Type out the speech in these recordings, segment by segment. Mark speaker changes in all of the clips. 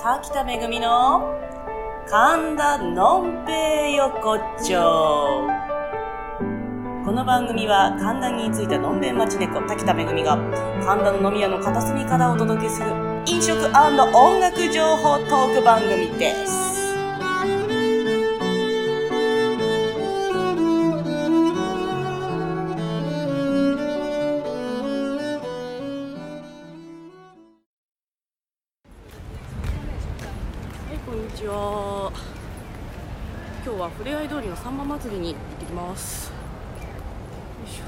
Speaker 1: 川北めぐみの神田のんぺい横丁この番組は神田に居ついたのんべん町猫滝田めぐみが神田の飲み屋の片隅からお届けする飲食音楽情報トーク番組ですはいこんにちは今日はふれあい通りのさんま祭りに行ってきますよいしょ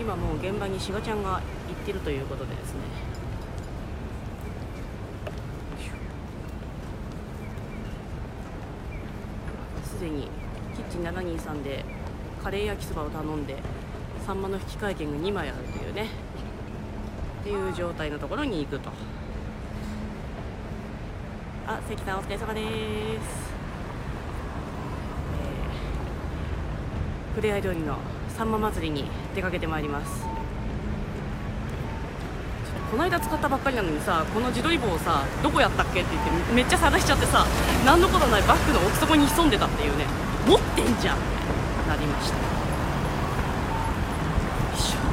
Speaker 1: 今もう現場にしばちゃんが行ってるということでですねよいしょすでにキッチン723でカレー焼きそばを頼んでサンマの引換券が2枚あるというねっていう状態のところに行くとあ関さんお疲れ様ですふれあい通りのさんま祭りに出かけてまいりますちょっとこの間使ったばっかりなのにさこの自撮り棒をさどこやったっけって言ってめっちゃ探しちゃってさ何のことないバッグの奥底に潜んでたっていうね持ってんじゃんってなりましたよいしょよ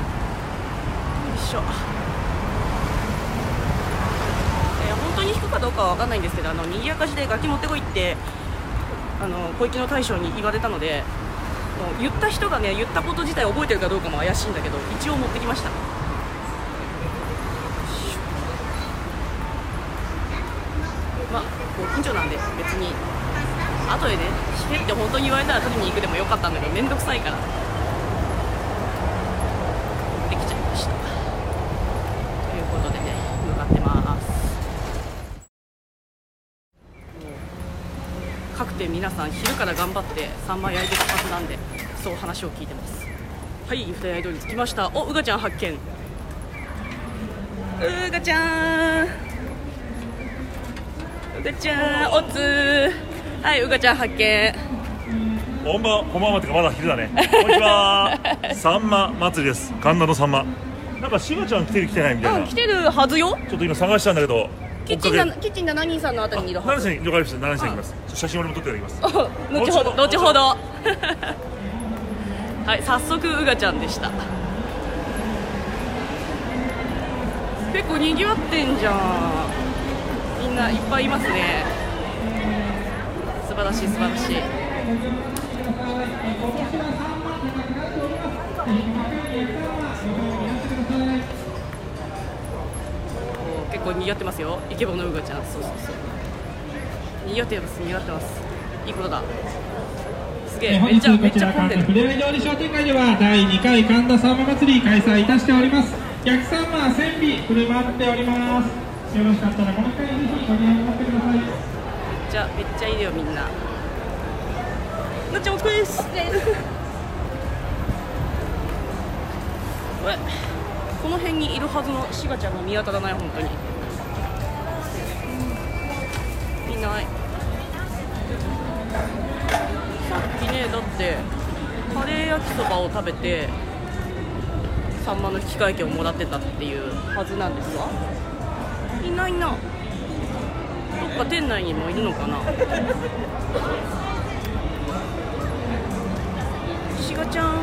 Speaker 1: いしょえー本当に引くかどうかは分かんないんですけどあの賑やかしで楽器持ってこいってあの小池の大将に言われたのでもう言った人がね言ったこと自体覚えてるかどうかも怪しいんだけど一応持ってきましたまあご近所なんで別に後でねしてって本当に言われたら取りに行くでもよかったんだけど面倒くさいからできちゃいましたということでね向かってますもう各店皆さん昼から頑張って3枚焼いてるはずなんでそう話を聞いてますはい二重アイドル着きましたおうがちゃん発見うがちゃんうがちゃんおつーはいうがちゃん発見
Speaker 2: こんばんこんばんはってかまだ昼だね。こんにち は。サンマ祭りです。神田のサンマ。なんかシガちゃん来てる来てないみたい
Speaker 1: あ
Speaker 2: な。
Speaker 1: 来
Speaker 2: ち
Speaker 1: てるはずよ
Speaker 2: ょっと今探したんだけど。
Speaker 1: キッチンなキッチン7人さんのあたりにいるは
Speaker 2: 何
Speaker 1: ず
Speaker 2: しに了解しました。何しに行きます。ちょ写真俺も撮っていただきます。
Speaker 1: 後
Speaker 2: 後
Speaker 1: ほ
Speaker 2: ほ
Speaker 1: ど
Speaker 2: ど
Speaker 1: 後ほど はい早速うがちゃんでした結構にぎわってんじゃんみんないっぱいいますね素晴らしい素晴らしいお結構にぎわってますよイケボのうがちゃんそうそうそうにぎわってますにぎわってますいいことだすげえ
Speaker 3: 本
Speaker 1: めっち
Speaker 3: 日
Speaker 1: ゃめ
Speaker 3: こ
Speaker 1: っ
Speaker 3: ち
Speaker 1: ちゃ
Speaker 3: ら
Speaker 1: 混んで
Speaker 3: 神
Speaker 1: る
Speaker 3: 田ふれあい通り商店街では第2回神田さんま祭り開催いたしております客様は1000尾振る舞っておりますよろしかったらこの会ぜひご利用になってください
Speaker 1: めっちゃめっちゃいるよみんななっちゃんお疲れですこれこの辺にいるはずのシガちゃんが見当たらない本当にいないさっきねだってカレー焼きそばを食べてサンマの引換券をもらってたっていうはずなんですがいないなどっか店内にもいるのかな。しがちゃん。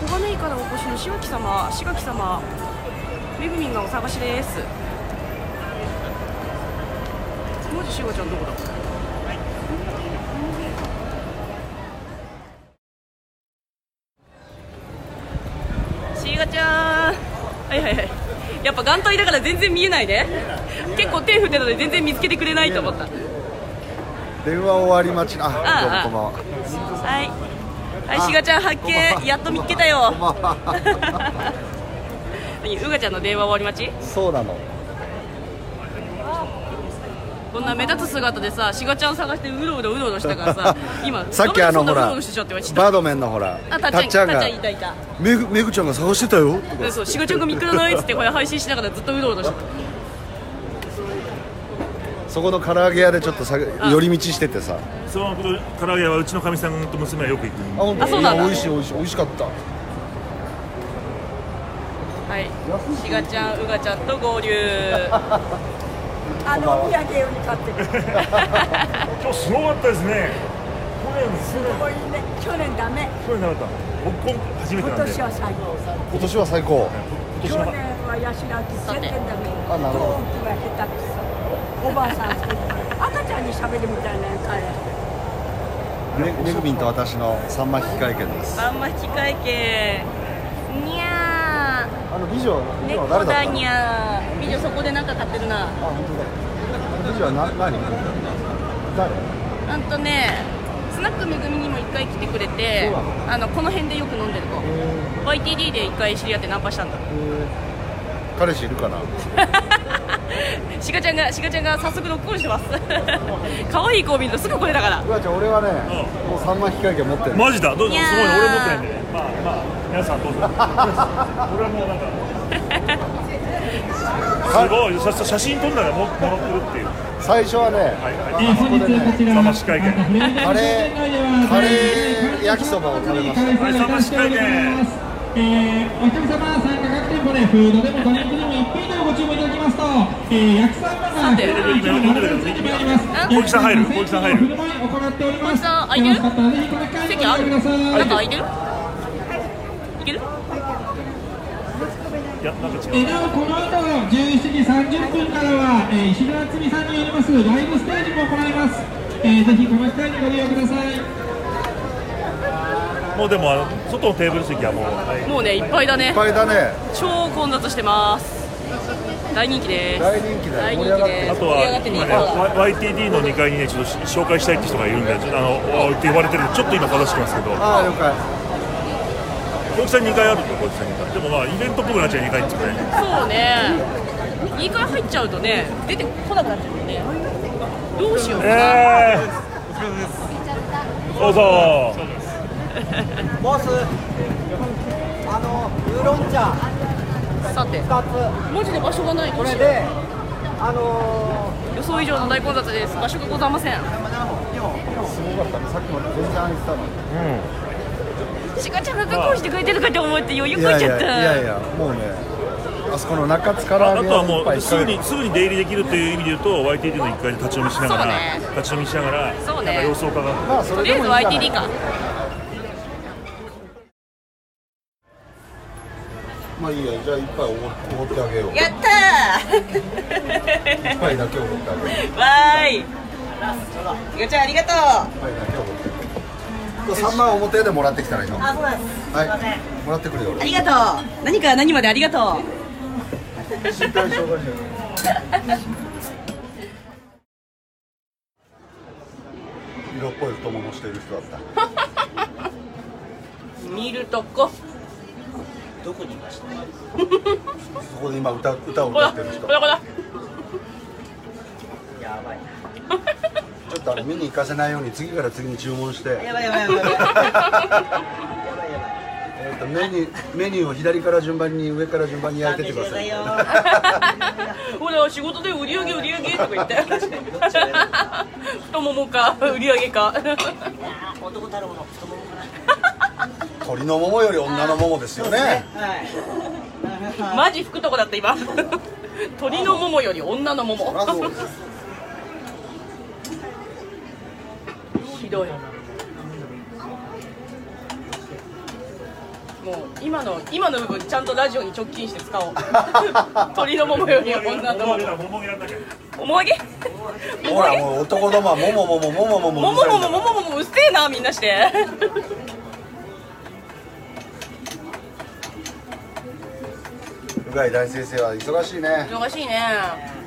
Speaker 1: 小金井からお越しのしがき様、しがき様。めぐみんがお探しです。もじしがちゃんどこだ。しがちゃんはいはいはいやっぱ眼帯だから全然見えないね結構手振ってたので全然見つけてくれないと思った
Speaker 4: 電話終わり待ちあ
Speaker 1: ああ
Speaker 4: どうもこんばんは
Speaker 1: はいはいしがちゃん発
Speaker 4: こんばんは
Speaker 1: 見やっと見つけたよ
Speaker 4: こんばんは
Speaker 1: 何うがちゃんの電話終わり待ち
Speaker 4: そうなの
Speaker 1: こんな目立つ姿でさしがちゃん探してうろうろうろうろしたから さ今
Speaker 4: さっきあのほ
Speaker 1: どう
Speaker 4: ら
Speaker 1: もそんなうろうろしてちゃって言われちゃっ
Speaker 4: バードメンのほら
Speaker 1: たあたっちゃんた
Speaker 4: が
Speaker 1: っちゃんいたいた
Speaker 4: めぐめぐちゃんが探してたよ
Speaker 1: うんそうしがちゃんが見くらないっつってこれ配信しながらずっとうろうろしてた
Speaker 4: そこの唐揚げ屋でちょっとさ寄り道しててさあ
Speaker 2: その唐揚げはうちのかみさんと娘はよく行く。
Speaker 4: 本
Speaker 1: あそうなんだ
Speaker 4: 美味しい美味しい美味しかった
Speaker 5: はい、しがちゃん、うがちゃんと合流。
Speaker 6: あのお土産用に買ってる。す
Speaker 2: 今日すごかったですね去年
Speaker 6: ごい ね。去年ダメ。
Speaker 2: 去年なかった僕今回初めて
Speaker 6: 今
Speaker 2: なんで
Speaker 6: 年は最後。
Speaker 4: 今年は最高
Speaker 2: 今
Speaker 6: 去
Speaker 2: 年
Speaker 6: 年
Speaker 2: の
Speaker 6: はヤシラキ全然ダメ。
Speaker 4: あなるほど
Speaker 6: トークが下手くそ。おばあさん。赤ちゃんに喋るみたいな会話。
Speaker 4: ねめぐみんと私のさんま引換券です
Speaker 5: あんま機会券。にゃ
Speaker 4: あの美女
Speaker 5: ー。
Speaker 4: 美女
Speaker 5: 猫
Speaker 4: は誰だ
Speaker 5: だ
Speaker 4: ったの
Speaker 5: にゃー。美女そこでなんか買ってるな。
Speaker 4: あ本当だ美女はな何誰
Speaker 5: なんとね。スナックめぐみにも一回来てくれ
Speaker 4: そ
Speaker 5: て
Speaker 4: うな、
Speaker 5: あのこの辺でよく飲んでる子。YTD で一回知り合ってナンパしたんだ。
Speaker 4: 彼氏いるかな
Speaker 5: しがちゃんが、しがちゃんが早速ロックオンしてます。 可愛い子を見るとすぐこれだから。
Speaker 4: うわちゃん俺はねもうさんま引換券持ってる
Speaker 2: マジだどうぞ
Speaker 5: いやー
Speaker 2: すごいね俺持ってないんでねまあまあ皆さんどうぞ俺はもうなん かすごい写写真撮んだらももらってるっていう
Speaker 4: 最初はね
Speaker 2: はい
Speaker 3: えー、本日こちら、あのフレンチカレーカレー
Speaker 2: はい
Speaker 4: カレー焼きそばを食べました
Speaker 2: カレー冷まし会見
Speaker 3: えー、お客様参加各店舗でフードでもドリンクでも一品でもご注文いただきますと、えー、焼きそばが
Speaker 5: て
Speaker 2: 小木さん入る小木さん入る
Speaker 3: 振る舞い行っております。
Speaker 5: 小木さん空いてる
Speaker 3: よろしかったらぜひこの会に
Speaker 5: 席ある
Speaker 3: ご利用ください
Speaker 5: なんか空いてる。いける。
Speaker 2: いやなんか
Speaker 3: え
Speaker 2: 違
Speaker 3: ー
Speaker 2: う
Speaker 3: なおこの後17時30分からは、えー石村つみさんによりますライブステージも行います、えー、ぜひこの機会にご利用ください
Speaker 2: もうでもあの外のテーブル席はもうはい
Speaker 5: もうね、いっぱいだ
Speaker 4: い
Speaker 5: ね
Speaker 4: っ。ぱいだね
Speaker 5: 超混雑してます。大人気です。
Speaker 4: 大人気だ
Speaker 5: 大
Speaker 4: よ
Speaker 5: 人
Speaker 4: 盛
Speaker 5: 気
Speaker 4: り上がって
Speaker 2: あと
Speaker 5: です。盛り上が
Speaker 2: は
Speaker 5: ってね
Speaker 2: 今ね、Y- YTD の2階にね、ちょっと紹介したいって人がいるんで、ちょっとあの、おって言われてるんで、ちょっと今、話してきますけど、
Speaker 4: ああ了解
Speaker 2: 小木さん2階あるんで、小木さん2階。でもまあ、イベントっぽくなっちゃう2階って言ってね、
Speaker 5: そうね。二回入っちゃうとね、出てこなくなっちゃうよね。どうしようかな。
Speaker 2: えー、お疲れ様です。どうぞ。
Speaker 7: ボス、あのウーロン茶
Speaker 5: さて、
Speaker 7: 2つ、
Speaker 5: マジで場所がない。
Speaker 7: これで、あの
Speaker 5: 予想以上の大混雑です。場所がございません。
Speaker 4: すごかったねさっきまで全然空いてたのに
Speaker 5: しがちゃんが確保してくれてるかと思って余裕
Speaker 4: い
Speaker 5: こい
Speaker 4: やい
Speaker 5: ちゃ
Speaker 4: や
Speaker 5: っ
Speaker 4: いやい
Speaker 5: た。
Speaker 4: やもうねあそこの中津から
Speaker 2: あと
Speaker 4: 揚げ
Speaker 2: は
Speaker 4: 屋にいっ
Speaker 2: も、
Speaker 4: ぱいう引
Speaker 2: すぐ
Speaker 4: かれ
Speaker 2: に、すぐに出入りできるっていう意味で言うと、YTD の1階で立ち読みしなが
Speaker 5: そう
Speaker 2: ら
Speaker 5: ね、
Speaker 2: 立ち読みしながら、
Speaker 5: そうね
Speaker 2: なんか様子を伺って。
Speaker 4: まあそ
Speaker 5: と
Speaker 4: れ
Speaker 5: りあ
Speaker 4: で
Speaker 5: え
Speaker 4: も
Speaker 5: ず
Speaker 4: いいんじゃない
Speaker 5: YTD か。
Speaker 4: まあいいやじゃあ一杯おごおごってあげよう
Speaker 5: やった
Speaker 4: 一杯だけおごってあげよう
Speaker 5: ー。わーい。しがちゃんありがとう。
Speaker 4: 一杯だけおごってあげよう3万表でもらってきたらいいの
Speaker 6: あ、そうなんです。
Speaker 4: はいもらってくるよ
Speaker 5: あ
Speaker 4: 俺
Speaker 5: りがとう。何から何までありがとう。
Speaker 4: 身体障害者色っぽい太ももしている人だった
Speaker 5: 見るとこ。
Speaker 7: どこにいました
Speaker 4: そこで今歌歌を
Speaker 5: ほ
Speaker 4: 歌
Speaker 5: ら、
Speaker 4: ってる人
Speaker 5: ほ
Speaker 4: ち
Speaker 5: らほら。
Speaker 7: やばい
Speaker 4: ょっとあの見に行かせないように次から次に注文して
Speaker 7: やばいやばいやばい
Speaker 4: えーとメニューメニューを左から順番に上から順番に焼いてってください
Speaker 5: ほら仕事で売り上げ売り上げとか言って太ももか売り上げか
Speaker 6: 男太郎の太ももかな。
Speaker 4: 鳥のももより女のももですよね
Speaker 5: マジ服とこだった今鳥のももより女のも
Speaker 4: そりゃ
Speaker 5: も
Speaker 4: そうです
Speaker 5: ひどいもう今の今の部分ちゃんとラジオに直近して使 おう鳥のももより女のもも
Speaker 2: ももやんなきゃ。
Speaker 5: おもあげ
Speaker 4: ほらもう男どもはもももももももも
Speaker 5: ももももももももうっせえなみんなして
Speaker 4: うがい大先生は忙しいね
Speaker 5: 忙しいね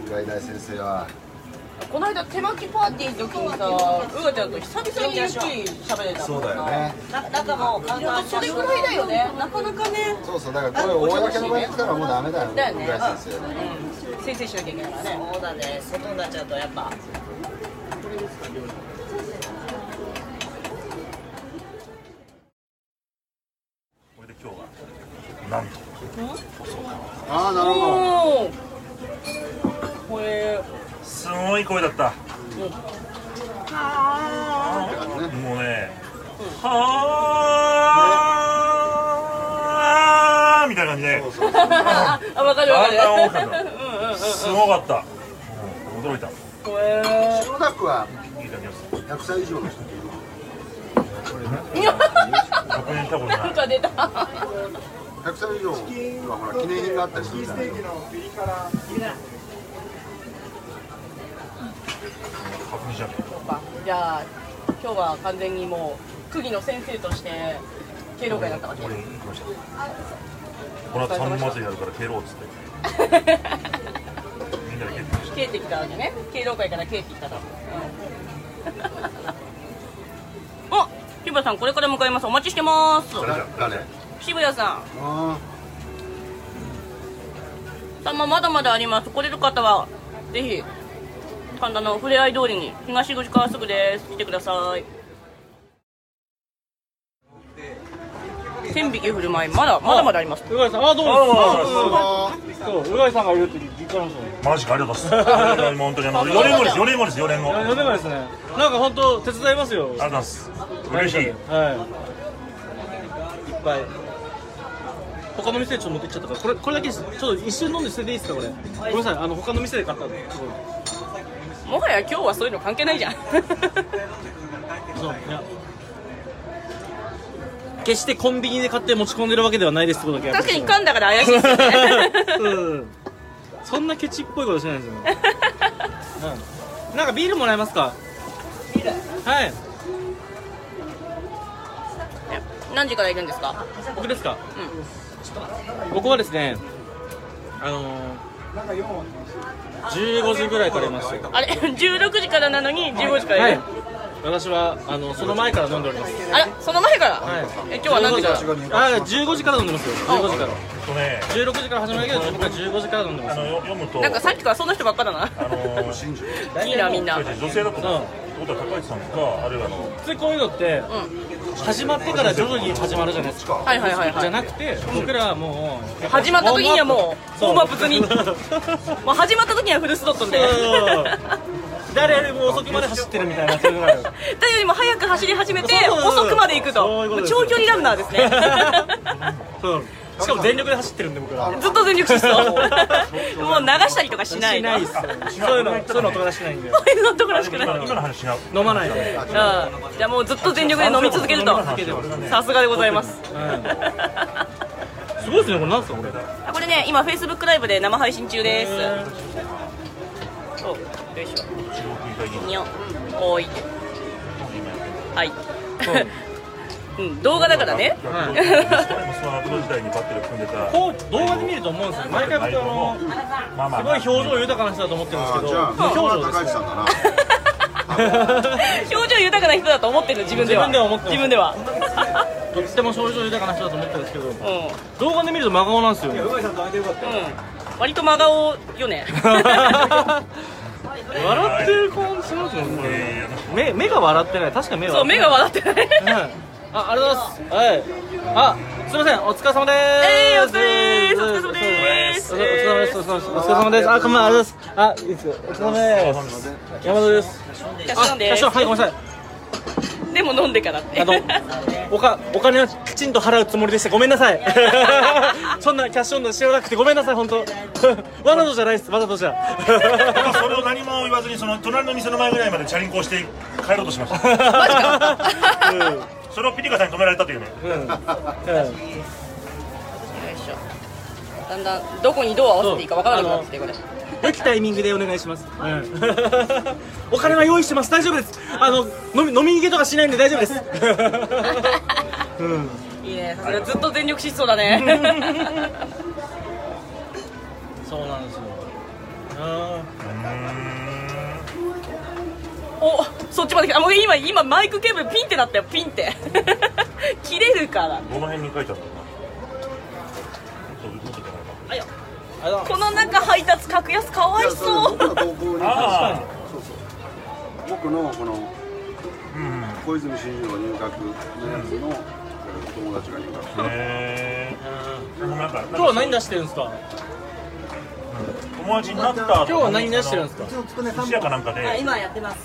Speaker 4: うがい大先生は
Speaker 5: この間手巻きパーティーの時にさうがちゃんと久々にゆっくり喋れた
Speaker 4: そうだよ
Speaker 5: ね
Speaker 4: ね
Speaker 6: な中も考え
Speaker 5: それぐらいだよねなかなかね
Speaker 4: そうそうだからこれ公の場に来たらもうダメだよう
Speaker 5: だよね
Speaker 4: がい先生
Speaker 5: 先生しなきゃいけないからね
Speaker 6: そうだね。外になっちゃうとやっぱ。
Speaker 2: これで今日は、なんと、
Speaker 4: ああなるほど
Speaker 5: おおこれ
Speaker 2: すごい声だった。もうね、はーみたいな感じで
Speaker 4: そうそうそう
Speaker 5: ああ分かる
Speaker 2: だんだん
Speaker 5: 分
Speaker 2: 大き
Speaker 5: か
Speaker 2: く
Speaker 5: る
Speaker 2: なるすごかったうん驚いた
Speaker 5: へ
Speaker 4: 千代田区はい
Speaker 2: いだけです
Speaker 4: 100歳以上の人っている
Speaker 2: 確認したこと
Speaker 5: ー
Speaker 2: な
Speaker 5: ないんか出た
Speaker 4: 100歳以上はほら記念品があったりするじゃない
Speaker 2: 確認しなきゃ
Speaker 5: そうかじゃあ今日は完全にもう区議の先生として敬老会だったわけ
Speaker 2: 俺行きましたこの後三祭りやるから帰ろうっつってみんなで帰ってきまし
Speaker 5: 帰ってきたわけね敬老会から帰ってきたと、うん、お渋谷さんこれから向かいますお待ちしてます
Speaker 2: た
Speaker 4: だ誰
Speaker 5: 渋谷さ
Speaker 4: あ
Speaker 5: んさんままだまだあります来れる方はぜひ神田のふれあい通りに東口からすぐです来てください千匹振る舞いまだまだまだあります
Speaker 7: うがいさん、あ、どうも。
Speaker 4: あ
Speaker 7: そう、うがいさんがいるって実感し
Speaker 2: マジかありがとうございます本当にあの四年後です四年後です四年後
Speaker 7: た。
Speaker 2: あ
Speaker 7: い
Speaker 2: りがとう
Speaker 7: や、でもですね。なんか本当手伝いますよ。
Speaker 2: ございます嬉しい
Speaker 7: はい。いっぱい。他の店でちょっと持ってきちゃったから、これ、これだけです。ちょっと一瞬飲んで捨てていいですか、これ。ごめんなさい、あの、他の店で買ったんで。すごい
Speaker 5: もはや今日はそういうの関係ないじゃん
Speaker 7: そう、いや。決してコンビニで買って持ち込んでるわけではないですってことだけ
Speaker 5: 確かに
Speaker 7: か
Speaker 5: 噛んだから怪しいですよね
Speaker 7: うん。そんなケチっぽいことしないですよね。うんなんかビールもらえますか。ビール。はい。
Speaker 5: 何時からいるんですか
Speaker 7: 僕ですか、僕はですねあのー、15時ぐらいからいましたよ
Speaker 5: あれ16時からなのに15時から
Speaker 7: はいい
Speaker 5: る、
Speaker 7: 私はあのその前から飲んでおります
Speaker 5: あれその前から、
Speaker 7: はい
Speaker 5: え今日は何時から
Speaker 7: 15時からあ15時から飲んでますよ15時から
Speaker 2: えっとね
Speaker 7: 16時から始まるけど僕は15時から飲んでま
Speaker 2: あ
Speaker 7: す
Speaker 2: のよ読むと
Speaker 5: なんかさっきからそんな人ばっかだな
Speaker 2: あのー
Speaker 4: 真珠
Speaker 5: いいなみんな
Speaker 2: 違う違う女性だと思う
Speaker 7: うん
Speaker 2: ってことは高市さんかあるいはあの
Speaker 7: 普通こういうのって、始まってから徐々に始まるじゃないですか
Speaker 5: はいはいはい
Speaker 7: じ
Speaker 5: は
Speaker 7: ゃ
Speaker 5: い
Speaker 7: なくて僕らはもう
Speaker 5: 始まった時にはもうウ
Speaker 7: ウ
Speaker 5: ォームアップ
Speaker 7: そ
Speaker 5: 済み もう始まった時にはフルスロットルで
Speaker 7: そう誰よりも遅くまで走ってるみたいなそういうのがある
Speaker 5: 誰よりも早く走り始めて
Speaker 7: そうそうそう
Speaker 5: 遅くまで行く
Speaker 7: そういうこと
Speaker 5: と
Speaker 7: です
Speaker 5: 長距離ランナーですね
Speaker 7: そうしかも全力で走ってるんで僕ら
Speaker 5: ずっと全力疾走もう流したりとかしない
Speaker 7: しないっすそういうのそういうの友達しないんで
Speaker 5: そういうのとこらしくない
Speaker 2: 今の今の話違う
Speaker 7: 飲まないで
Speaker 5: うんじゃあもうずっと全力で飲み続けるとさすがでございます、
Speaker 7: すごいですねこれなんですかこれ
Speaker 5: あこれね今 Facebook ライブで生配信中ですそうよいし
Speaker 2: 中国以外に
Speaker 5: ょにょおいはいうん動画だからね
Speaker 7: はい
Speaker 2: スマート時代にバッテリー組んでた
Speaker 7: こう動画で見ると思うんですよ毎回僕あのす
Speaker 2: まあまあ
Speaker 7: ごい表情豊かな人だと思ってるんです
Speaker 4: あ
Speaker 7: け
Speaker 4: ー
Speaker 7: ど
Speaker 4: じゃあ
Speaker 7: 無
Speaker 4: これ
Speaker 7: 表
Speaker 4: は
Speaker 7: 情
Speaker 4: 高橋
Speaker 7: です
Speaker 4: さ
Speaker 7: よ
Speaker 4: んだな
Speaker 5: 表情豊かな人だと思ってる自分では
Speaker 7: 自分では思ってます
Speaker 5: 自分では
Speaker 7: とっても表情豊かな人だと思ってるんですけど
Speaker 5: うんうん
Speaker 7: 動画で見ると真顔なん ですよね
Speaker 5: 割と真顔よ ね
Speaker 7: 笑ってる感じしますねこれ目目が笑ってない確かに目が
Speaker 5: そう目が笑ってない
Speaker 7: はいあ、ありがとうございます。はい。あ、すみません、お疲れ様でーす。
Speaker 5: えーお疲れ様です
Speaker 7: お疲れ様です。お疲れ様です。お疲れ様です。あ、こんばんは、ありがとうございます。あ、いいですよ。お疲れ様です。山田です。
Speaker 5: キャッシュな
Speaker 7: あ、
Speaker 5: んで
Speaker 7: 社長、はい、ごめんなさい。
Speaker 5: でも飲んでからって
Speaker 7: あの、 おか、お金はきちんと払うつもりでした。ごめんなさい。 そんなキャッシュオンの知らなくて、ごめんなさい、本当。 わざとじゃないです。わざとじゃ。
Speaker 2: それを何も言わずにその隣の店の前ぐらいまでチャリンコをして帰ろうとしましたそれをピリカさんに止められたというね
Speaker 7: うん。うん。
Speaker 5: よいしょだんだんどこにどう合わせていいかわからなくなってきてこれ
Speaker 7: 良きタイミングでお願いします。お金は用意してます。大丈夫です。あの飲み飲み逃げとかしないんで大丈夫です。うん。
Speaker 5: いいねさすがずっと全力疾走だね
Speaker 7: そうなんですよ。あ
Speaker 5: おそっちまで来たあもう今今マイクケーブルピンってなったよピンって 切れるから
Speaker 2: どの辺に書いてあったのか
Speaker 5: あや
Speaker 7: あの
Speaker 5: この中配達格安かわ
Speaker 4: いや
Speaker 5: い
Speaker 4: それ
Speaker 5: そう
Speaker 4: 僕の投稿に
Speaker 2: ああ
Speaker 4: そうそう僕のこの小泉進次郎入学のやつの友達が入学
Speaker 2: へえなんか
Speaker 7: 今日は何出してるんですか。
Speaker 2: 友達になった今
Speaker 7: 今日は何出してるんですか。
Speaker 2: 寿司屋かなんかで
Speaker 6: 今やってます。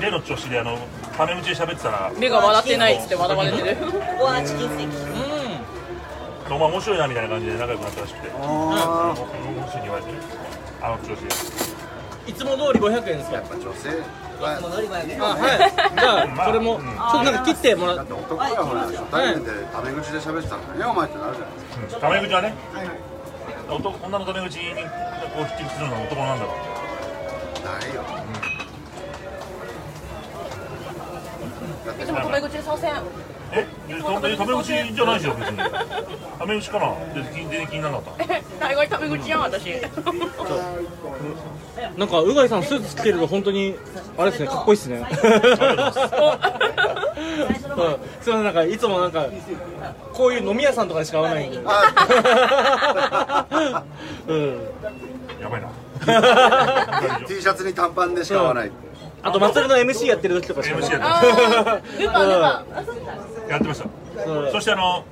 Speaker 2: 例の調子であのタメ口で喋ってたら
Speaker 5: 目が笑ってないっつって笑われてる
Speaker 6: ゴアチキンステーキ。
Speaker 7: う
Speaker 2: でお前面白いなみたいな感じで仲良くなったらしくて面
Speaker 4: ああ
Speaker 2: 白いに言われてねあの調子で
Speaker 7: いつも通り500円ですか
Speaker 4: やっぱ女性は
Speaker 7: あはいじゃあそれもちょっとなんか切ってもら
Speaker 4: だっ
Speaker 7: う
Speaker 4: て男はほら初対面でタメ口で喋ってたのにねお前ってなるじゃないです
Speaker 2: う
Speaker 4: か
Speaker 2: んタメ口はね男女のタメ口にこう匹敵するのは男なんだろう
Speaker 4: ないよだって
Speaker 5: いつも止め口で参戦
Speaker 2: えタメ口じゃないですよ別にタメ口かな別に全然気にならなかった
Speaker 5: 大概タメ口やん私
Speaker 7: なんかうがいさんスーツ着てると本当にあれですねかっこいいですねうんすいませんなんかいつもなんかこういう飲み屋さんとかでしか会わないんで うん
Speaker 2: やばいな
Speaker 4: T シャツに短パンでしか合わない
Speaker 7: あと祭りの MC やってる時とかしか
Speaker 2: MC やってま
Speaker 5: あールパンルパ
Speaker 2: したやってましたそしてあの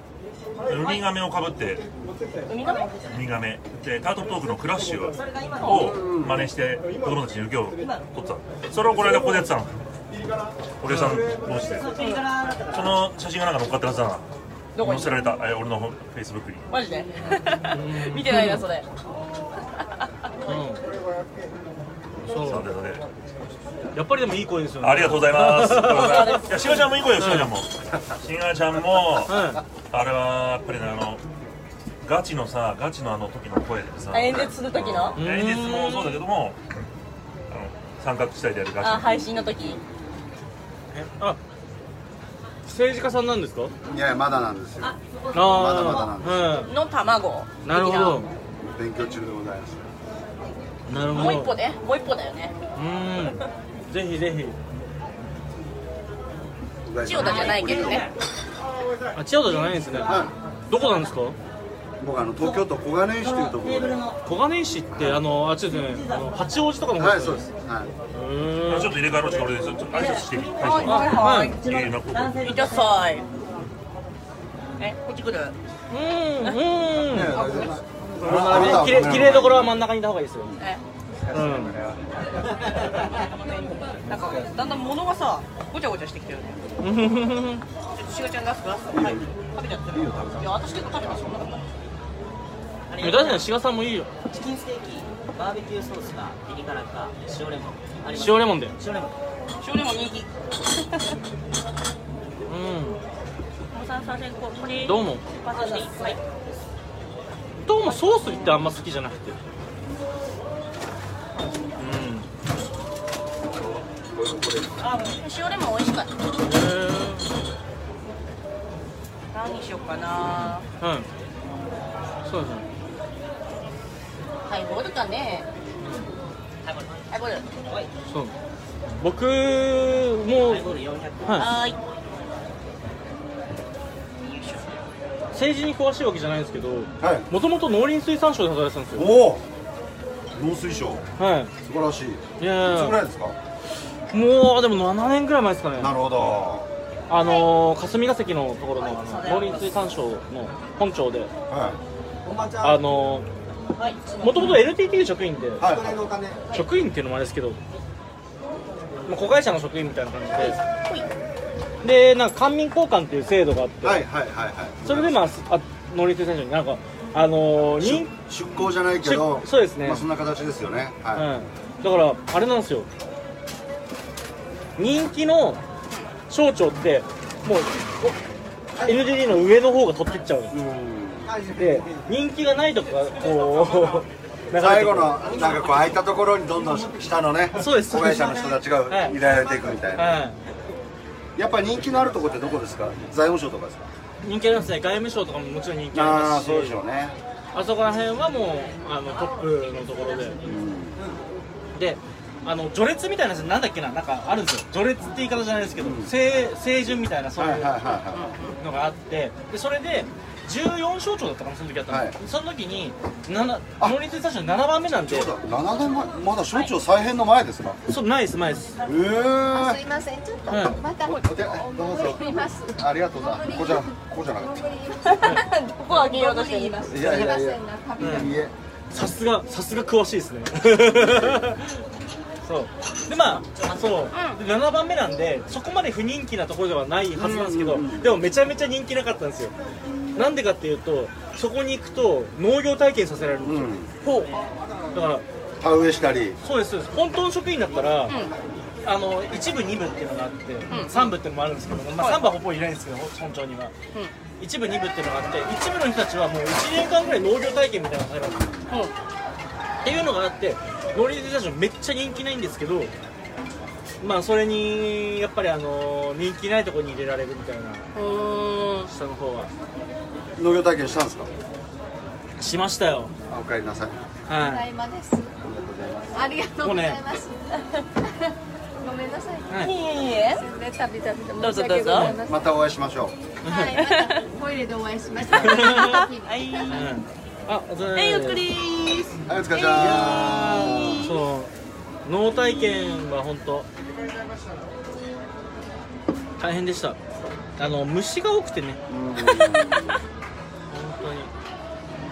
Speaker 2: ウミガメをかぶって
Speaker 5: ンウミガメ
Speaker 2: ウミガメでタートルトークのクラッシュを真似して子供たちに受けを取ってたそれをこの間ここでやってたのお客さん同士でその写真がなんか乗っかってるはずだな
Speaker 5: どこに
Speaker 2: 載せられたえ俺のフェイスブックに
Speaker 5: マジで 見てないなそれ
Speaker 2: そうなので
Speaker 7: やっぱりでもいい声ですよね
Speaker 2: ありがとうございます
Speaker 5: ざいます
Speaker 2: いやしがちゃんもいい子よしがちゃんもしがちゃんも
Speaker 7: は
Speaker 2: あれはやっぱりねあのガチのさガチのあの時の声でさ
Speaker 5: あ演説する時の
Speaker 2: うん演説もそうだけどもあの三角地帯でやるガチの
Speaker 5: あ配信の時
Speaker 7: あ政治家さんなんですか
Speaker 4: いやいやまだなんですよ
Speaker 7: あ
Speaker 4: まだまだなんです
Speaker 7: は
Speaker 5: の卵
Speaker 7: いなるほど
Speaker 4: 勉強中でございます
Speaker 7: なるほど
Speaker 5: もう一歩ねもう一歩だよね
Speaker 7: うんぜひぜひ
Speaker 5: 千代田じゃないけどね
Speaker 7: あ千代田じゃないんですね
Speaker 4: は
Speaker 7: どこなんですか
Speaker 4: い僕あの東京都小金井市というところでは
Speaker 7: 小金井市ってあのあっちですよねあの八王子とかの方
Speaker 4: いそうです
Speaker 7: よね
Speaker 4: は
Speaker 7: うーん
Speaker 2: ちょっと入れ替わろうちょっと俺ちょっと挨拶していい大
Speaker 5: は
Speaker 2: 将
Speaker 5: い
Speaker 2: に
Speaker 5: はいは
Speaker 2: え
Speaker 5: い
Speaker 2: ー今ここ
Speaker 5: いってらっしゃいえこっち来る
Speaker 7: うんうん
Speaker 4: いいや大丈夫です
Speaker 7: きれきれいどころは真ん中にいた方がいいですよ
Speaker 5: え
Speaker 7: うん
Speaker 5: なんかだんだん物がさごちゃごちゃしてきてる ねちょっとしがちゃん出すかはい食べちゃってるいや私結構食べたそんなことない
Speaker 7: いや確かに志賀さんもいいよ
Speaker 8: チキンステーキバーベキューソースがピリ辛か塩レモンあります
Speaker 7: 塩レモンで
Speaker 8: 塩レモン
Speaker 5: 少年も人気
Speaker 7: う
Speaker 5: さんさんここれ
Speaker 7: んどうも
Speaker 5: パスしていっぱい
Speaker 7: どうもソースってあんま好きじゃなくてうん
Speaker 5: あ塩レモン美味しかった
Speaker 7: う
Speaker 5: 何にしようかなん
Speaker 7: そうですね
Speaker 5: ハイボールかねハイボール
Speaker 7: そう僕も
Speaker 8: ハイボール400
Speaker 7: は
Speaker 5: ハイボールはーい
Speaker 7: い政治に詳しいわけじゃないんですけど
Speaker 4: はい
Speaker 7: もともと農林水産省で働いてたんですよ
Speaker 4: おお農水省
Speaker 7: は
Speaker 4: 素晴らしいい
Speaker 7: いいやい
Speaker 4: つ
Speaker 7: や
Speaker 4: ぐらいですか
Speaker 7: もうでも7年ぐらい前ですかね
Speaker 4: なるほど
Speaker 7: あのー霞が関のところのあの
Speaker 5: はい
Speaker 7: 農林水産省の本庁で
Speaker 4: はい
Speaker 7: あの
Speaker 5: はい
Speaker 7: もともと LTT の職員で
Speaker 4: はい
Speaker 7: 職員っていうのもあれですけど、まあ、子会社の職員みたいな感じででなんか官民交換っていう制度があって、
Speaker 4: はいはいはいはい
Speaker 7: それでまああ農林水産省になんかあのー
Speaker 4: 出
Speaker 7: 認
Speaker 4: 出向じゃないけど
Speaker 7: 出そうですね
Speaker 4: まあそんな形ですよね
Speaker 7: う
Speaker 4: は
Speaker 7: ん、だからあれなんですよ人気の省庁ってもうお NDD の上の方が取ってっちゃう
Speaker 4: いうん
Speaker 7: で人気がないとこが こう流れてくる
Speaker 4: 最後のなんかこう空いたところにどんどん下のね
Speaker 7: そうです
Speaker 4: 子会社の人たちが
Speaker 7: はい
Speaker 4: 入れられていくみたいな
Speaker 7: は
Speaker 4: やっぱ人気のあるとこってどこですか財務省とかですか
Speaker 7: い人気ありますね外務省とかももちろん人気あり
Speaker 4: あ
Speaker 7: ま
Speaker 4: あ
Speaker 7: すし
Speaker 4: そうでしょうね
Speaker 7: あそこら辺はもうあのトップのところでであの序列みたいなやつなんだっけななんかあるんですよ序列って言い方じゃないですけど、正正順みたいなそう
Speaker 4: はい
Speaker 7: い
Speaker 4: は
Speaker 7: う
Speaker 4: いはいは
Speaker 7: のがあってでそれで14省庁だったかなその時あったの、
Speaker 4: はい
Speaker 7: その時に7農林水産省7番目なん
Speaker 4: い
Speaker 7: で
Speaker 4: そうだ7年前まだ省庁再編の前ですか
Speaker 7: そうないですないです
Speaker 4: ええ
Speaker 9: すいません、ちょっと、
Speaker 7: はい
Speaker 9: また、
Speaker 4: お手どうぞ
Speaker 9: 送ります。
Speaker 4: ありがとうございますここじゃここじゃなかっ
Speaker 5: ここあげようとしてる
Speaker 4: たいやいやいや
Speaker 9: 旅
Speaker 4: いいえ
Speaker 7: さすがさすが詳しいですね そうでまあそう、で7番目なんでそこまで不人気なところではないはずなんですけど、でもめちゃめちゃ人気なかったんですよなんでかっていうとそこに行くと農業体験させられるんですよ、ほうだから
Speaker 4: 田植えしたり
Speaker 7: そうですそうです本当の職員だったら、あの一部二部っていうのがあって、三部っていうのもあるんですけど、まあ、三部はほぼいないんですけど村長には、一部二部っていうのがあって一部の人たちはもう1年間ぐらい農業体験みたいなのがされるんですよっていうのがあって農林水産省めっちゃ人気ないんですけどまあそれにやっぱりあの人気ないところに入れられるみたいな
Speaker 5: うん
Speaker 7: 下の方は
Speaker 4: 農業体験したんですか
Speaker 7: しましたよ
Speaker 4: あお帰りなさい
Speaker 7: はい、
Speaker 9: 今です。ありがとうございます。ごめんなさい。
Speaker 7: はい、
Speaker 5: いいえ
Speaker 9: 全然旅々で
Speaker 5: どうぞ
Speaker 9: 申し訳ございません
Speaker 4: またお会いしましょう
Speaker 9: はい、またトイレでお会いしましょう。
Speaker 5: はい
Speaker 7: うんあお疲れ様
Speaker 5: えいお
Speaker 7: です
Speaker 5: 疲れーす
Speaker 4: はいお疲れちゃん
Speaker 7: そう脳体験は本当大変でしたあの虫が多くてね本当に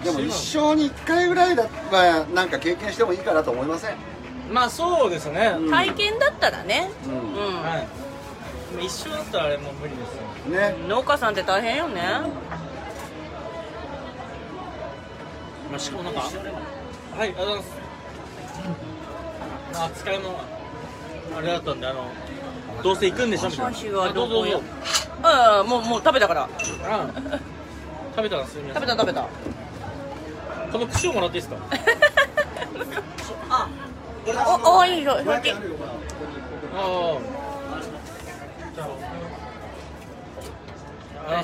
Speaker 4: でも一生に一回ぐらいだはなんか経験してもいいかなと思いません
Speaker 7: まあそうですね、
Speaker 4: うん
Speaker 5: 体験だったらね
Speaker 4: う
Speaker 5: うんん
Speaker 7: はいでも一緒だったらあれもう無理ですよ
Speaker 4: ね
Speaker 5: 農家さんって大変よね
Speaker 7: まあ、しかもなんかはいありがとうございますあ疲れもあれだったんであのどうせ行くんでしょみたいな
Speaker 5: 今週はど
Speaker 7: ど
Speaker 5: こ
Speaker 7: うぞど
Speaker 5: よ
Speaker 7: うぞ
Speaker 5: ああもうもう食べたから
Speaker 7: あ食べたんですよ皆
Speaker 5: 食
Speaker 7: さん
Speaker 5: べた食べた
Speaker 7: この串をもらっていいですか
Speaker 5: おおいいよひょうき
Speaker 7: ああ。あ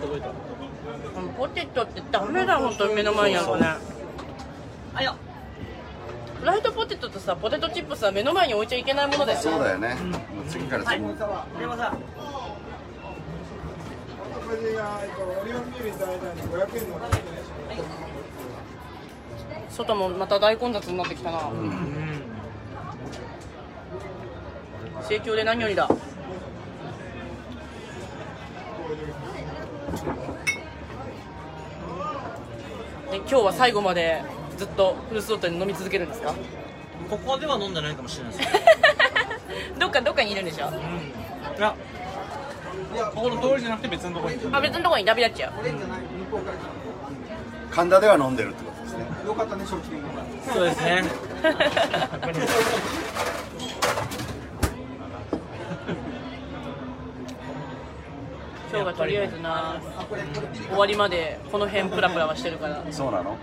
Speaker 7: 届いた。
Speaker 5: ポテトってダメだ本当に目の前にあるとねあよフライドポテトとさポテトチップスは目の前に置いちゃいけないものだよ
Speaker 4: そうだよねもう次から次に
Speaker 8: でもさ
Speaker 5: 外もまた大混雑になってきたな盛況で何よりだで今日は最後までずっとフルスロットに飲み続けるんですか
Speaker 7: ここでは飲んでないかもしれないです。
Speaker 5: どっかどっかにいるんでしょ
Speaker 7: いや。ここの通りじゃなくて別のところに。
Speaker 5: あ別のとこに旅立っちゃう
Speaker 4: 神田では飲んでるってことですね
Speaker 7: そうですね。
Speaker 5: 今日がとりあえずな終わりまでこの辺プラプラはしてるから
Speaker 4: そうなの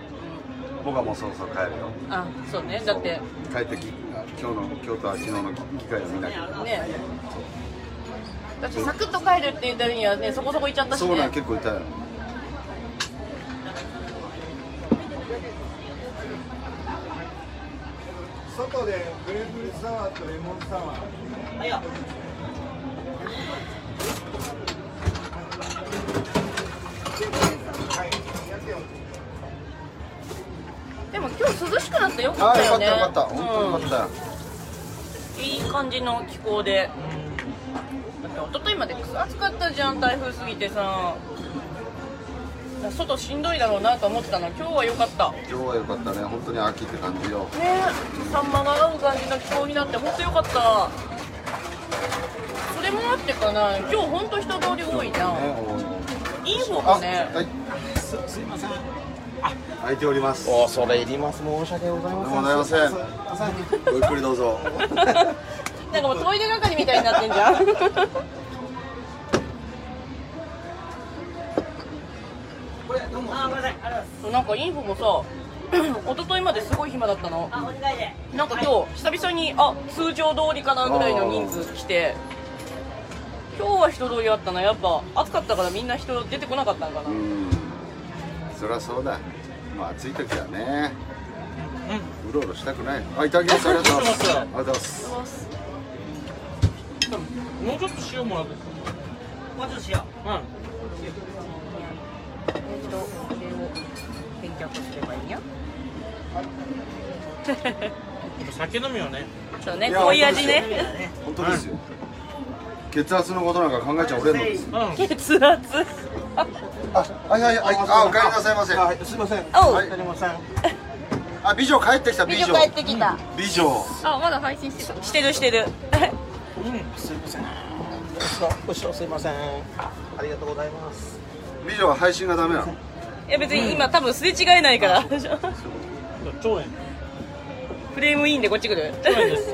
Speaker 4: 僕はもうそろそろ帰るよ
Speaker 5: あそうねだって
Speaker 4: 帰ってき今日の今日とは昨日の議会を見なきゃ
Speaker 5: ねだってサクッと帰るって言った時にはねそこそこ行っちゃったし
Speaker 4: そうなん
Speaker 5: ね
Speaker 4: 結構痛いの
Speaker 8: あいや
Speaker 5: でも今日涼しくなってよ
Speaker 4: あ
Speaker 5: か
Speaker 4: あ
Speaker 5: った
Speaker 4: よかっ
Speaker 5: よ
Speaker 4: た
Speaker 5: ね
Speaker 4: よかった本当よかっ
Speaker 5: うんいい感じの気候でだって一昨日までくそ暑かったじゃん台風過ぎてさだから外しんどいだろうなと思ってたの今日は良かったね
Speaker 4: た今日はよかったね本当に秋って感じよ
Speaker 5: サンマが合う感じの気候になって本当良かったそれもあってかな今日本当人通り多いじゃん
Speaker 4: ねおー
Speaker 5: いい方
Speaker 4: あ
Speaker 5: がね
Speaker 4: はいすすいません空いております
Speaker 10: お恐れ入ります申し訳ござい
Speaker 4: どう
Speaker 10: ま
Speaker 4: も
Speaker 10: せん
Speaker 4: ございませんごゆっくりどうぞ
Speaker 5: なんかもうトイレ係みたいになってんじゃん
Speaker 8: これどうもあごめんなさいありがとう
Speaker 5: そうなんかインフォもさ 一昨日まですごい暇だったの
Speaker 8: ございますあお願いで
Speaker 5: なんか今日久々にあ通常通りかなぐらいの人数来て今日は人通りあったなやっぱ暑かったからみんな人出てこなかったのかな、
Speaker 4: うんそりゃそうだまあ暑い時はねうろうろしたくないあいただきますありがとうございますありがとうございます
Speaker 7: もうちょっと塩もらって。
Speaker 8: もうちょっとしよ
Speaker 7: う
Speaker 5: えっとこれを返却すればいいんや
Speaker 7: ん。酒飲みはね。
Speaker 5: そうね
Speaker 4: いや
Speaker 5: こういう味
Speaker 8: ういや
Speaker 5: ね
Speaker 8: ね
Speaker 4: 本当ですよ血圧のことなんか考えちゃおれんのです
Speaker 7: うん。あ
Speaker 5: 血圧
Speaker 4: あはいはいはいあお帰りなさいませ
Speaker 10: はいすいません
Speaker 5: おう、
Speaker 4: はい
Speaker 10: すいません
Speaker 4: あ美女帰ってきた美女
Speaker 9: 帰ってきた。
Speaker 4: 美女
Speaker 9: あ、まだ配信してた。
Speaker 5: してるしてる
Speaker 10: すいません
Speaker 11: 後ろすいませんありがとうございます
Speaker 4: 美女は配信がダメなの
Speaker 1: いや別に今多分すれ違えない から
Speaker 7: 超円
Speaker 1: フレームインでこっち来る
Speaker 7: 超円です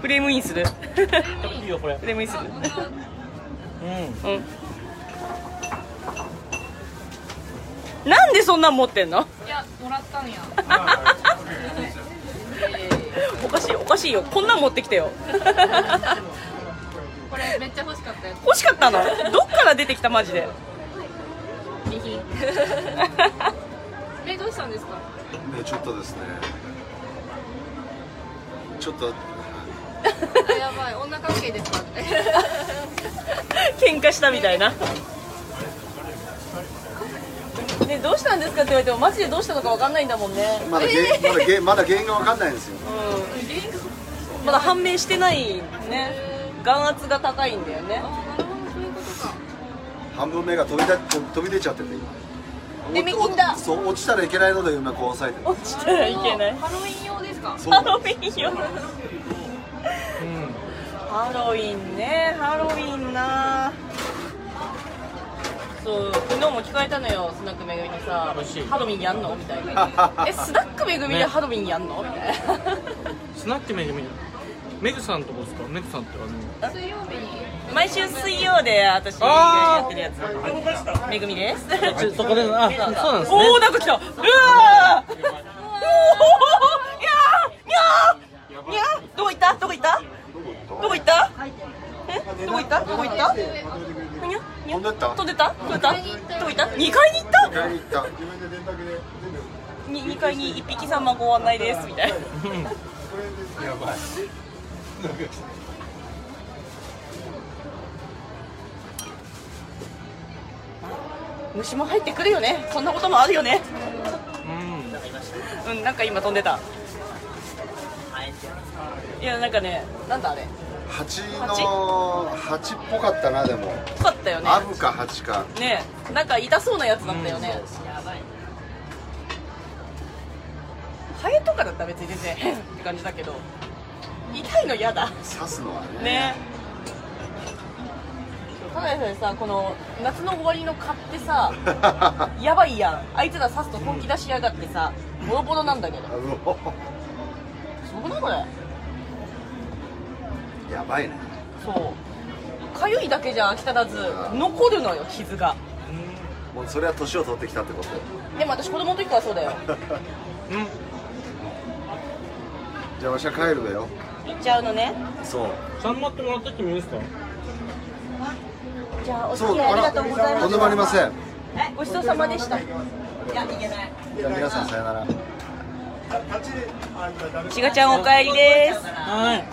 Speaker 1: フレームインする
Speaker 7: いいよこれ
Speaker 1: フレームインする
Speaker 7: うん
Speaker 1: うんなんでそんなん持ってんの
Speaker 5: いやもらったんや
Speaker 1: おかしいおかしいよこんなん持ってきてよ
Speaker 5: これめっちゃ欲しかったやつ
Speaker 1: 欲しかったのどっから出てきたマジで
Speaker 5: 備品えどうしたんですか
Speaker 4: ねちょっとですねちょっと
Speaker 5: あやばい女関係ですかって
Speaker 1: 喧嘩したみたいなねどうしたんですかって言われてもマジでどうしたのかわかんないんだもんね
Speaker 4: まだげ、まだげまだ原因が分かんないんですよ
Speaker 1: うんまだ判明してないね眼圧が高いんだよね
Speaker 4: 半分目が飛びだ飛び出ちゃってて今
Speaker 1: 出目金だ
Speaker 4: おそう落ちたらいけないので今こう押さえて
Speaker 1: 落ちたらいけない
Speaker 5: ハロウィン用ですか
Speaker 4: そう
Speaker 1: ハロウィンよハロウィンねハロウィンなそう昨日も聞かれたのよスナックめぐみにさ
Speaker 7: 美味しい
Speaker 1: ハロウィンやんのみたいなえスナックめぐみでハロウィンやんのみたいな
Speaker 7: スナックめぐみめぐさんとこですかめぐさんってあ
Speaker 5: 水曜日に
Speaker 1: 毎週水曜で私やってるやつめぐみです
Speaker 7: のちょそこであそうなんですね
Speaker 1: おおなんか来たうわーおーおーおーにゃーにゃーにゃーどこ行ったどこ行ったどこ行ったえどこ行ったどこ行ったにゃに
Speaker 4: 飛
Speaker 1: ゃ
Speaker 4: んでった
Speaker 1: 飛んでった飛んでったどこ行った二階に行った
Speaker 4: 買いに行った
Speaker 1: に二階に一匹様ご案内ですみたいな
Speaker 4: やばい
Speaker 1: 虫も入ってくるよねそんなこともあるよね
Speaker 7: うん
Speaker 12: なんかいました
Speaker 1: うんなんか今飛んでた
Speaker 12: あえて
Speaker 1: いやなんかねなんだあれ
Speaker 4: 蜂の蜂っぽかったなでも
Speaker 1: よかったよね
Speaker 4: アブか蜂か
Speaker 1: ねえなんか痛そうなやつだったよね、
Speaker 12: やばい
Speaker 1: ハエとかだったら別に全然って感じだけど痛いの嫌だ
Speaker 4: 刺すのは ね
Speaker 1: ねただでさえさこの夏の終わりの蚊ってさやばいやんあいつら刺すと本気出しやがってさボロボロなんだけど
Speaker 4: うお
Speaker 1: そうなこれ
Speaker 4: やばいね
Speaker 1: そうかゆいだけじゃ飽き足らず残るのよ傷が
Speaker 4: もうそれは年を取ってきたってこと
Speaker 1: でも私子供の時からそうだよ
Speaker 4: じゃあわしは帰るだよ
Speaker 1: 行っちゃうのね
Speaker 4: そう
Speaker 7: さんまってもらってきてもいいですか
Speaker 1: じゃあお付
Speaker 4: そう
Speaker 1: き合いありがとうございま
Speaker 4: とんでもありますせん
Speaker 1: ごちそうさまでしたいやいけない
Speaker 4: じゃあ皆さんさよなら
Speaker 1: しがちゃんお帰りです
Speaker 7: はい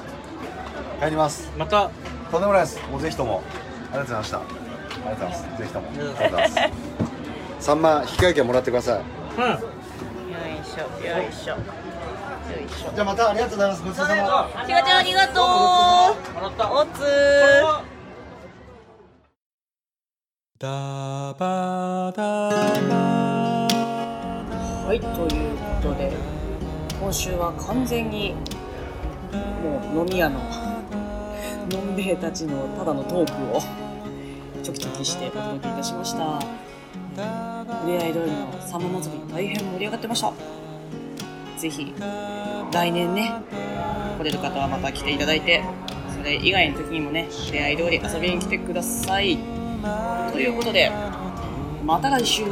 Speaker 4: 帰ります
Speaker 7: また
Speaker 4: とんでもないですもうぜひともありがとうございましたありがとうございますぜひともありがとうござい ます3万引き換え券もらってください
Speaker 7: うん
Speaker 1: よいしょよいしょよいしょ
Speaker 4: じゃあまたありがとうございますごちそうさま
Speaker 1: しがちゃんありがとう
Speaker 7: もらった
Speaker 1: おつーはいということで今週は完全にもう飲み屋の飲んべえたちのただのトークをちょきちょきしてお届けいたしました恋愛通りのサンマ祭り大変盛り上がってましたぜひ来年ね来れる方はまた来ていただいてそれ以外の時にもね恋愛通り遊びに来てくださいということでまた来週